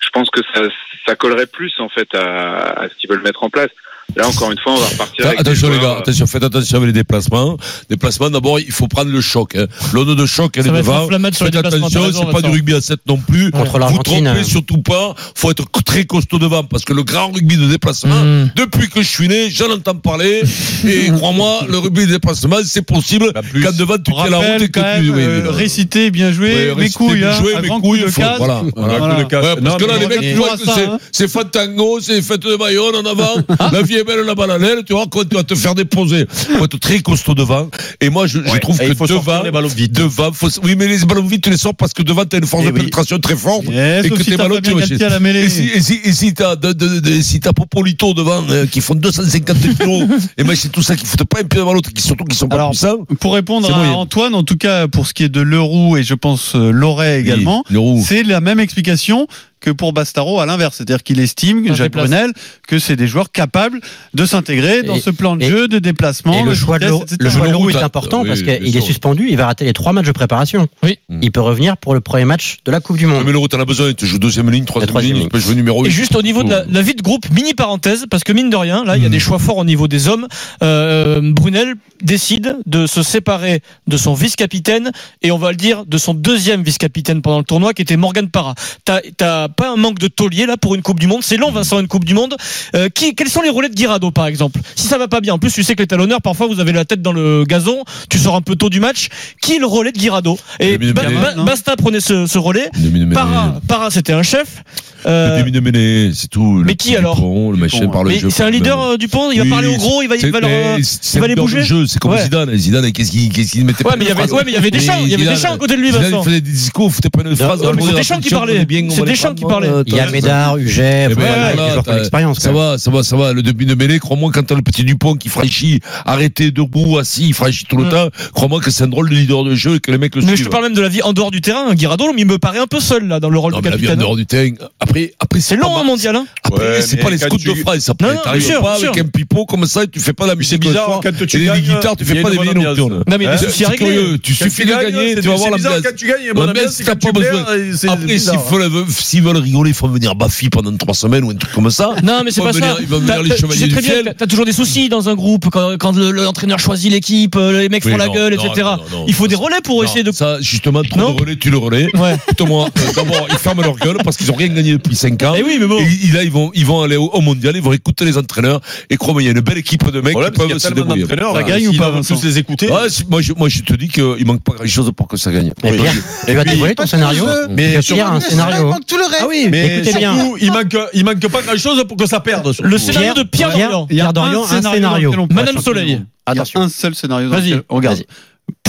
Speaker 10: Je pense que ça, ça collerait plus en fait à, à ce qu'ils veulent mettre en place. Là encore une fois, on va repartir. avec des
Speaker 3: attention les
Speaker 10: joueurs, euh,
Speaker 3: gars, attention, faites attention avec les déplacements. Déplacements, d'abord, il faut prendre le choc. Hein. L'aune de choc, elle
Speaker 11: Ça
Speaker 3: est
Speaker 11: va être
Speaker 3: devant.
Speaker 11: inflammable sur les
Speaker 3: Faites
Speaker 11: déplacements. t'as
Speaker 3: attention,
Speaker 11: raison,
Speaker 3: c'est pas du
Speaker 11: Vincent.
Speaker 3: rugby à 7 non plus.
Speaker 8: Contre
Speaker 3: Vous
Speaker 8: l'Argentine.
Speaker 3: trompez
Speaker 8: hein.
Speaker 3: surtout pas. Faut être très costaud devant parce que le grand rugby de déplacement,
Speaker 11: Mmh.
Speaker 3: depuis que je suis né, j'en entends parler. et crois-moi, le rugby de déplacement, c'est possible
Speaker 5: Pas plus.
Speaker 3: quand devant tu tiens la route et
Speaker 4: Rappel,
Speaker 3: que
Speaker 4: quand
Speaker 3: tu.
Speaker 4: même,
Speaker 3: oui, oui,
Speaker 4: euh,
Speaker 3: là.
Speaker 4: réciter, bien joué,
Speaker 3: Oui,
Speaker 4: mes
Speaker 3: réciter,
Speaker 4: couilles,
Speaker 3: bien
Speaker 4: hein,
Speaker 3: joué,
Speaker 4: un
Speaker 3: mes
Speaker 4: grand
Speaker 3: couilles,
Speaker 4: coup de
Speaker 3: faut-
Speaker 4: casse.
Speaker 3: voilà, voilà.
Speaker 4: Voilà.
Speaker 5: Le casque.
Speaker 3: Ouais, parce
Speaker 5: Non,
Speaker 3: que là,
Speaker 5: mais
Speaker 3: les
Speaker 4: on
Speaker 3: mecs,
Speaker 4: est
Speaker 3: tu vois
Speaker 4: toujours
Speaker 3: que
Speaker 4: à ça,
Speaker 3: c'est-
Speaker 4: hein. Ah.
Speaker 3: c'est fantango, c'est fête de maillot en avant, la vie est belle, la bananelle, tu vois, quand tu vas te faire déposer. Faut être très costaud devant. Et moi, je, je trouve
Speaker 5: Et il
Speaker 3: que
Speaker 5: faut sortir
Speaker 3: devant,
Speaker 5: les ballons vite.
Speaker 3: devant, faut- oui, mais les ballons vite, tu les sors parce que devant, t'as une force
Speaker 5: Eh
Speaker 3: de
Speaker 5: oui.
Speaker 3: pénétration très forte.
Speaker 4: Yes,
Speaker 3: Et
Speaker 4: sauf
Speaker 3: que
Speaker 4: si
Speaker 3: tes
Speaker 4: t'as
Speaker 3: ballons,
Speaker 4: Fabien
Speaker 3: tu vas chez-
Speaker 4: Galtier à la mêlée.
Speaker 3: Et si, et si, et si t'as, de, de- de- si t'as Popolito devant, euh, qui font 250 kilos, et machin, tout ça, qui foutent pas un pied devant l'autre, qui surtout, qui sont pas
Speaker 4: Alors,
Speaker 3: puissants.
Speaker 4: Pour répondre
Speaker 3: C'est
Speaker 4: à
Speaker 3: moyen.
Speaker 4: Antoine, en tout cas pour ce qui est de Leroux et je pense euh, Loret également,
Speaker 3: Oui, Leroux.
Speaker 4: c'est la même explication que pour Bastaro à l'inverse. C'est-à-dire qu'il estime,
Speaker 5: Ça
Speaker 4: Jacques
Speaker 5: déplace.
Speaker 4: Brunel, que c'est des joueurs capables de s'intégrer dans
Speaker 8: Et-
Speaker 4: ce plan de
Speaker 8: et-
Speaker 4: jeu, de déplacement.
Speaker 8: Et le choix de
Speaker 4: vitesse,
Speaker 8: l'euro-
Speaker 4: etc.
Speaker 8: le choix de l'euro est important parce qu'il est suspendu, il va rater les trois matchs de préparation.
Speaker 5: Oui.
Speaker 8: Il peut revenir pour le premier match de la Coupe du Monde.
Speaker 3: Ah, Mais l'euro, t'en as besoin. Tu joues deuxième ligne, troisième,
Speaker 8: troisième
Speaker 3: ligne,
Speaker 8: ligne.
Speaker 3: tu peux jouer numéro 8.
Speaker 8: Et
Speaker 5: Et juste au niveau de la, la vie de groupe, mini parenthèse, parce que mine de rien, là, il y a des choix forts au niveau des hommes. Euh, Brunel décide de se séparer de son vice-capitaine et on va le dire de son deuxième vice-capitaine pendant le tournoi, qui était Morgan Parra. T'as- T'as pas un manque de taulier là pour une Coupe du Monde C'est long, Vincent, une Coupe du Monde. Euh, qui, quels sont les relais de Girado, par exemple Si ça va pas bien, en plus, tu sais que les talonneurs, parfois, vous avez la tête dans le gazon, tu sors un peu tôt du match. Qui est le relais de Girado Et
Speaker 3: Demi de
Speaker 5: Ba-
Speaker 3: mêlée.
Speaker 5: Ba- Basta prenait ce, ce relais.
Speaker 3: Demi de mêlée.
Speaker 5: Parra, Parra, c'était un chef. Euh,
Speaker 3: Le début de mêlée, c'est tout.
Speaker 5: mais
Speaker 3: Le
Speaker 5: qui
Speaker 3: petit
Speaker 5: alors
Speaker 3: Dupont, le machin par le
Speaker 5: Mais
Speaker 3: jeu.
Speaker 5: c'est un leader euh, Dupont, il va
Speaker 3: Oui,
Speaker 5: parler au gros, il va, il va,
Speaker 3: c'est-
Speaker 5: leur, euh,
Speaker 3: mais
Speaker 5: il
Speaker 3: c'est
Speaker 5: va
Speaker 3: le
Speaker 5: les
Speaker 3: leader du
Speaker 5: bouger.
Speaker 3: jeu, c'est comme
Speaker 5: Ouais.
Speaker 3: Zidane. Zidane, qu'est-ce qu'il qu'est-ce qu'il mettait
Speaker 5: Ouais,
Speaker 3: pas
Speaker 5: mais il y
Speaker 3: une
Speaker 5: avait-
Speaker 3: phrase.
Speaker 5: ouais, mais il y avait Deschamps, il y avait
Speaker 3: Zidane,
Speaker 5: Deschamps à côté de lui,
Speaker 3: Zidane,
Speaker 5: Vincent.
Speaker 3: Il faisait des discours, il foutait pas une phrase.
Speaker 5: mais
Speaker 3: dans le
Speaker 5: c'est
Speaker 3: monde,
Speaker 5: Deschamps qui
Speaker 3: attention,
Speaker 5: parlait.
Speaker 3: on est bien, on
Speaker 5: C'est
Speaker 3: va les
Speaker 5: Deschamps qui
Speaker 3: prendre,
Speaker 5: parlait.
Speaker 3: euh,
Speaker 8: Il y a
Speaker 3: t'as-
Speaker 8: Médard, Huget,
Speaker 3: Eh ben,
Speaker 8: voilà,
Speaker 3: voilà,
Speaker 8: il y a des joueurs qui ont
Speaker 3: t'as-
Speaker 8: l'expérience.
Speaker 3: Ça
Speaker 8: quand même.
Speaker 3: va, ça va, ça va. Le demi de mêlée, crois-moi, quand t'as le petit Dupont qui franchit, arrêté, debout, assis, il franchit tout le temps, crois-moi que c'est un drôle de leader de jeu et que les mecs le
Speaker 5: Mm. Mais
Speaker 3: suivent.
Speaker 5: je te parle même de la vie en dehors du terrain. Girado, il me paraît un peu seul là dans le rôle
Speaker 3: Non,
Speaker 5: de
Speaker 3: mais la vie en
Speaker 5: capitaine.
Speaker 3: dehors du terrain. Après, après,
Speaker 5: C'est
Speaker 3: pas
Speaker 5: long
Speaker 3: mal.
Speaker 5: un mondial. Hein
Speaker 3: Après,
Speaker 7: Ouais,
Speaker 3: c'est
Speaker 7: mais
Speaker 3: pas les
Speaker 7: quand
Speaker 3: scouts
Speaker 7: tu-
Speaker 3: de France. Après,
Speaker 5: Non, non,
Speaker 3: t'arrives
Speaker 5: bien sûr,
Speaker 3: pas
Speaker 5: bien
Speaker 3: avec
Speaker 5: sûr.
Speaker 3: un pipeau comme ça et tu fais pas la musique.
Speaker 7: C'est bizarre,
Speaker 3: au soir.
Speaker 7: quand tu
Speaker 3: Et les
Speaker 7: gagnes,
Speaker 3: guitares, tu
Speaker 7: il y
Speaker 3: fais
Speaker 7: a
Speaker 3: pas
Speaker 7: une
Speaker 3: des
Speaker 7: bonne
Speaker 3: veillées
Speaker 7: ambiance.
Speaker 3: nocturnes.
Speaker 5: Non, mais le
Speaker 3: C'est-
Speaker 5: souci à
Speaker 3: c'est
Speaker 5: régler.
Speaker 3: curieux. Tu
Speaker 7: Quand
Speaker 3: suffit
Speaker 7: tu
Speaker 3: de
Speaker 7: gagnes,
Speaker 3: gagner,
Speaker 7: c'est-
Speaker 3: tu vas
Speaker 7: c'est
Speaker 3: voir
Speaker 7: bizarre,
Speaker 3: l'ambiance.
Speaker 7: Quand tu gagnes, il y a une bonne
Speaker 3: L'ambiance,
Speaker 7: ambiance,
Speaker 3: t'as
Speaker 7: quand
Speaker 3: pas
Speaker 7: tu
Speaker 3: besoin.
Speaker 7: perds, euh, c'est
Speaker 3: Après, s'ils
Speaker 7: bizarre.
Speaker 3: veulent, s'ils veulent rigoler, ils font venir Bafi pendant trois semaines ou un truc comme ça.
Speaker 5: Non, mais
Speaker 3: Ils
Speaker 5: c'est
Speaker 3: vont
Speaker 5: pas ça.
Speaker 3: venir- Ils vont
Speaker 5: T'as-
Speaker 3: venir les
Speaker 5: t'as- tu sais
Speaker 3: chevaliers du
Speaker 5: très bien que
Speaker 3: fiel.
Speaker 5: T'as toujours des soucis dans un groupe quand, quand le- l'entraîneur choisit l'équipe, euh, les mecs
Speaker 3: Oui,
Speaker 5: font la
Speaker 3: non,
Speaker 5: gueule,
Speaker 3: non,
Speaker 5: etc.
Speaker 3: non, non, non.
Speaker 5: Il faut des relais pour
Speaker 3: Non,
Speaker 5: essayer de.
Speaker 3: Ça, justement, trop
Speaker 5: Non
Speaker 3: de relais, tu le relais.
Speaker 5: Ouais.
Speaker 3: Écoute-moi, euh, d'abord, ils ferment leur gueule parce qu'ils ont rien gagné depuis 5 ans.
Speaker 5: Eh oui, mais bon.
Speaker 3: Et ils- là, ils vont, ils vont aller au, au mondial, ils vont écouter les entraîneurs. Et crois-moi, il y a une belle équipe de mecs
Speaker 7: Voilà,
Speaker 3: qui
Speaker 7: parce qu'il y
Speaker 3: peuvent
Speaker 7: a
Speaker 3: se
Speaker 7: tellement
Speaker 3: débrouiller.
Speaker 7: d'entraîneurs,
Speaker 3: Voilà.
Speaker 7: là,
Speaker 4: gagne ou
Speaker 7: Bah, s'ils
Speaker 4: pas,
Speaker 7: veulent
Speaker 4: Vincent
Speaker 7: tous les écouter.
Speaker 3: Ouais, c'est- moi, je, moi, je te dis qu'il manque pas grand-chose pour que ça gagne.
Speaker 8: Mais
Speaker 3: Oui.
Speaker 8: Pierre, tu vas t'envoler ton scénario.
Speaker 7: Eh Mais
Speaker 8: Parce que Pierre a un scénario.
Speaker 10: manque tout le reste.
Speaker 5: Ah oui,
Speaker 7: Mais
Speaker 8: Écoutez bien.
Speaker 7: surtout, il manque, il manque pas grand chose pour que ça perde. surtout.
Speaker 5: Le scénario
Speaker 8: Pierre-
Speaker 5: de Pierre
Speaker 8: Pierre-
Speaker 5: Dorian.
Speaker 4: Il y a
Speaker 8: Pierre Dorian,
Speaker 4: un
Speaker 8: un
Speaker 4: scénario.
Speaker 8: scénario.
Speaker 4: dans lequel on peut
Speaker 5: Madame
Speaker 4: pas changer de
Speaker 5: Soleil.
Speaker 4: monde. Il y a
Speaker 8: Attention.
Speaker 4: un seul scénario. dans
Speaker 5: Vas-y,
Speaker 4: lequel- Regarde.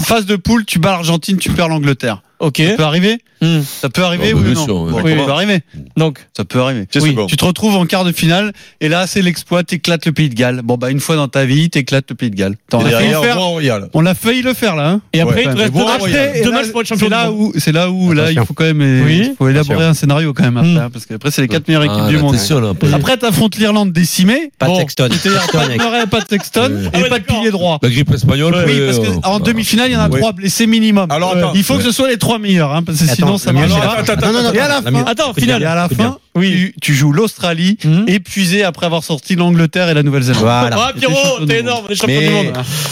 Speaker 4: Phase de poule, tu bats l'Argentine, tu perds l'Angleterre.
Speaker 5: Ok.
Speaker 4: Ça peut arriver
Speaker 5: Hmm.
Speaker 4: Ça peut arriver
Speaker 3: Ah, bah,
Speaker 4: oui ou
Speaker 3: bien
Speaker 4: non
Speaker 3: sûr, ouais.
Speaker 4: Bon,
Speaker 3: Oui,
Speaker 4: Ça
Speaker 7: oui.
Speaker 4: peut arriver.
Speaker 5: Donc,
Speaker 4: Ça peut arriver.
Speaker 7: C'est
Speaker 4: Oui.
Speaker 7: souvent.
Speaker 4: Tu te retrouves en quart de finale et là c'est l'exploit, t'éclates le pays de Galles. Bon bah une fois dans ta vie, t'éclates le pays de Galles. T'en
Speaker 7: Et
Speaker 4: as failli
Speaker 7: derrière,
Speaker 4: le faire.
Speaker 7: Roi Royal.
Speaker 4: On a failli le faire là. hein.
Speaker 5: et après,
Speaker 7: Ouais.
Speaker 5: il te
Speaker 7: Mais
Speaker 5: reste
Speaker 7: bon,
Speaker 5: deux matchs-
Speaker 7: après,
Speaker 4: et
Speaker 5: deux
Speaker 4: là,
Speaker 5: matchs pour être
Speaker 4: c'est
Speaker 5: champion du
Speaker 4: là
Speaker 5: monde.
Speaker 4: où c'est là où là il faut quand même euh,
Speaker 5: Oui.
Speaker 4: il faut élaborer un scénario quand même après,
Speaker 5: Hmm.
Speaker 4: hein, parce qu'après c'est les quatre meilleures équipes
Speaker 3: Ah,
Speaker 4: du monde.
Speaker 3: attention, là, après.
Speaker 4: Après t'affrontes l'irlande décimée.
Speaker 8: Pas de
Speaker 4: Bon,
Speaker 8: Sexton.
Speaker 4: c'est-à-dire
Speaker 8: Sexton
Speaker 4: Pas de
Speaker 8: avec-
Speaker 4: Murray, pas de Sexton
Speaker 5: Ah
Speaker 4: et
Speaker 5: ouais,
Speaker 4: pas de
Speaker 5: d'accord.
Speaker 4: pilier droit.
Speaker 3: La grippe espagnole.
Speaker 4: Oui,
Speaker 3: euh,
Speaker 4: parce
Speaker 3: euh,
Speaker 4: qu'en demi-finale, il y en a
Speaker 7: Oui.
Speaker 4: trois blessés minimum.
Speaker 7: Alors,
Speaker 4: Ouais.
Speaker 7: attends.
Speaker 4: il faut que ce soit les trois meilleurs, hein, parce que sinon
Speaker 8: Attends,
Speaker 4: ça
Speaker 8: la
Speaker 4: marche
Speaker 8: mienne,
Speaker 4: pas.
Speaker 8: c'est la-
Speaker 7: Attends,
Speaker 8: Non, non, non,
Speaker 4: Et à la
Speaker 8: la
Speaker 4: fin-
Speaker 8: mienne-
Speaker 5: Attends,
Speaker 4: Et à
Speaker 5: finale.
Speaker 4: la
Speaker 8: Écoute
Speaker 4: fin, tu, tu joues l'Australie,
Speaker 5: Mhm.
Speaker 4: épuisé après avoir sorti l'Angleterre et la Nouvelle-Zélande.
Speaker 8: Voilà.
Speaker 5: Ah, Pierrot, t'es énorme, on est champion
Speaker 7: Mais-
Speaker 5: du monde.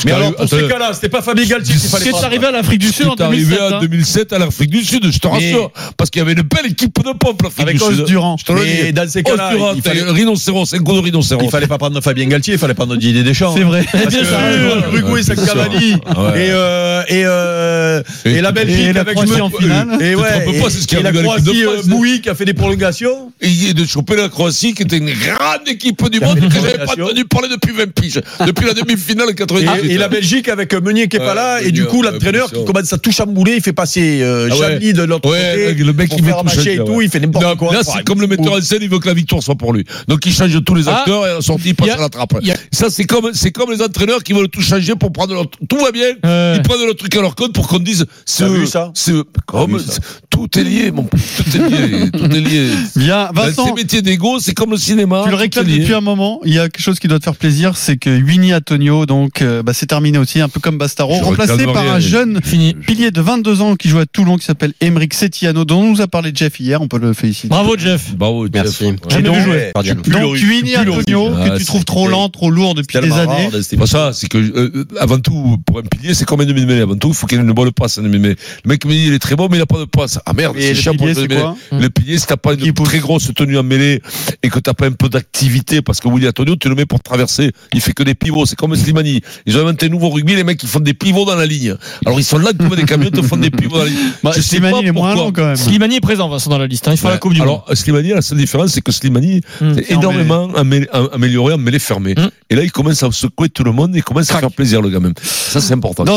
Speaker 7: Mais
Speaker 3: T'as
Speaker 7: alors,
Speaker 3: eu-
Speaker 7: pour ces
Speaker 3: attends.
Speaker 7: cas-là, c'était pas Fabien Galtier qu'il
Speaker 4: Parce
Speaker 7: fallait
Speaker 4: que t'es
Speaker 7: prendre.
Speaker 4: arrivé à l'Afrique du Sud en
Speaker 3: T'es arrivé
Speaker 4: 2007.
Speaker 3: en
Speaker 4: hein.
Speaker 3: 2007 à l'Afrique du Sud, je te rassure, parce qu'il y avait une belle équipe de pompe, l'Afrique
Speaker 4: Avec
Speaker 3: du Sud.
Speaker 4: Os Durand.
Speaker 3: Je te le
Speaker 7: Mais
Speaker 3: dis.
Speaker 7: dans ces
Speaker 3: Os
Speaker 7: cas-là,
Speaker 3: Durand,
Speaker 7: il
Speaker 3: t'as
Speaker 7: fallait-
Speaker 3: le rhinocéros, un gros de rhinocéros.
Speaker 7: Il fallait pas prendre Fabien Galtier, il fallait prendre Didier Deschamps.
Speaker 4: C'est vrai.
Speaker 7: Parce que, euh, L'Uruguay, c'est Cavani.
Speaker 3: Ouais.
Speaker 7: Et, euh, et, euh,
Speaker 3: Et-
Speaker 7: et la Belgique
Speaker 4: et la
Speaker 7: avec
Speaker 4: Croatie
Speaker 7: Mou-
Speaker 4: en finale.
Speaker 7: Et
Speaker 3: Te
Speaker 7: ouais.
Speaker 3: trompe pas, c'est ce qui
Speaker 7: et
Speaker 3: a
Speaker 7: la
Speaker 3: arrivé à l'équipe de
Speaker 7: Croatie, euh,
Speaker 3: France.
Speaker 7: Mouhi qui a fait des prolongations.
Speaker 3: Et de choper la Croatie, qui était une grande équipe du monde, que j'avais pas
Speaker 7: prolongations.
Speaker 3: entendu parler depuis 20 piges. Depuis la demi-finale
Speaker 7: Et,
Speaker 3: 98.
Speaker 7: et la Belgique avec euh, Meunier qui est
Speaker 3: Ouais,
Speaker 7: pas là. Et
Speaker 3: Meunier,
Speaker 7: du coup,
Speaker 3: ouais,
Speaker 7: l'entraîneur
Speaker 3: bien
Speaker 7: qui
Speaker 3: sûr.
Speaker 7: commence à tout chambouler, il fait passer euh,
Speaker 3: Ah ouais.
Speaker 7: Chablis de l'autre
Speaker 3: Ouais,
Speaker 7: côté.
Speaker 3: le mec,
Speaker 7: pour
Speaker 3: il veut
Speaker 7: faire
Speaker 3: tout
Speaker 7: marcher
Speaker 3: changer,
Speaker 7: et
Speaker 3: ouais.
Speaker 7: tout, il fait n'importe quoi.
Speaker 3: Là, c'est comme le metteur en scène, il veut que la victoire soit pour lui. Donc, il change tous les
Speaker 5: Ah.
Speaker 3: acteurs et à la sortie, il
Speaker 5: Y
Speaker 3: passe
Speaker 5: a-
Speaker 3: à la trappe.
Speaker 5: y a-
Speaker 3: Ça, c'est comme, c'est comme les entraîneurs qui veulent tout changer pour prendre leur, tout va bien.
Speaker 5: Ouais.
Speaker 3: Ils prennent leur truc à leur compte pour qu'on dise, c'est
Speaker 7: T'as
Speaker 3: eux,
Speaker 7: vu ça
Speaker 3: c'est eux. Comme,
Speaker 7: vu ça
Speaker 3: c'est- tout est lié, mon p- tout est lié, tout est lié.
Speaker 4: Bien,
Speaker 3: Ben,
Speaker 4: Vincent,
Speaker 3: Ces métiers d'ego, c'est hein, comme le cinéma.
Speaker 4: tu le
Speaker 3: tout
Speaker 4: réclames
Speaker 3: est lié.
Speaker 4: depuis un moment. Il y a quelque chose qui doit te faire plaisir, c'est que Winnie Antonio, donc, euh, bah, c'est terminé aussi, un peu comme Bastaro,
Speaker 3: Je
Speaker 4: remplacé
Speaker 3: réclame
Speaker 4: par
Speaker 3: rien.
Speaker 4: un jeune
Speaker 5: Fini.
Speaker 4: pilier de 22 ans qui joue à Toulon, qui s'appelle Emeric Setiano, dont nous a parlé Jeff hier. On peut le féliciter.
Speaker 5: Bravo, Jeff.
Speaker 3: Bravo, Jeff.
Speaker 8: Merci.
Speaker 3: Bah Ouais.
Speaker 4: Et donc,
Speaker 8: Guardian.
Speaker 4: donc Winnie Antonio,
Speaker 3: Ah,
Speaker 4: que tu
Speaker 3: c'est-
Speaker 4: trouves trop lent, trop lourd depuis des années.
Speaker 3: C'est hein. pas Bah ça, c'est que, euh, avant tout, pour un pilier, c'est comme un demi-mêlée. Avant tout, il faut qu'il ait une bonne passe, un demi-mêlée. Le mec me dit, il est très bon, mais il a pas de passe. Ah merde,
Speaker 4: Et
Speaker 3: c'est
Speaker 4: le
Speaker 3: chiant pour
Speaker 4: pilier,
Speaker 3: le
Speaker 4: c'est
Speaker 3: demi-mêlée.
Speaker 4: quoi
Speaker 3: Le pilier, si t'as pas
Speaker 4: Qui
Speaker 3: une
Speaker 4: pousse.
Speaker 3: très grosse tenue en mêlée et que t'as pas un peu d'activité, parce que Willy Antonio, tu le mets pour traverser, il fait que des pivots, c'est comme Slimani. Ils ont inventé un nouveau rugby, les mecs, ils font des pivots dans la ligne. Alors ils sont là comme des camions, ils font des pivots dans la ligne.
Speaker 4: Bah,
Speaker 3: Je sais
Speaker 4: Slimani,
Speaker 3: pas
Speaker 4: il est moins
Speaker 3: pourquoi.
Speaker 4: lent quand même.
Speaker 5: Slimani est présent, Vincent, dans la liste. hein. Il fera
Speaker 3: Ouais.
Speaker 5: la Coupe du Monde.
Speaker 3: Alors, Slimani, la seule différence, c'est que
Speaker 4: Mmh.
Speaker 3: Slimani
Speaker 5: Mm.
Speaker 3: s'est énormément amé- am- amélioré en mêlée fermée.
Speaker 5: Mm.
Speaker 3: Et là, il commence à secouer tout le monde et il commence à faire plaisir, le gars, même. Ça, c'est important.
Speaker 4: Dans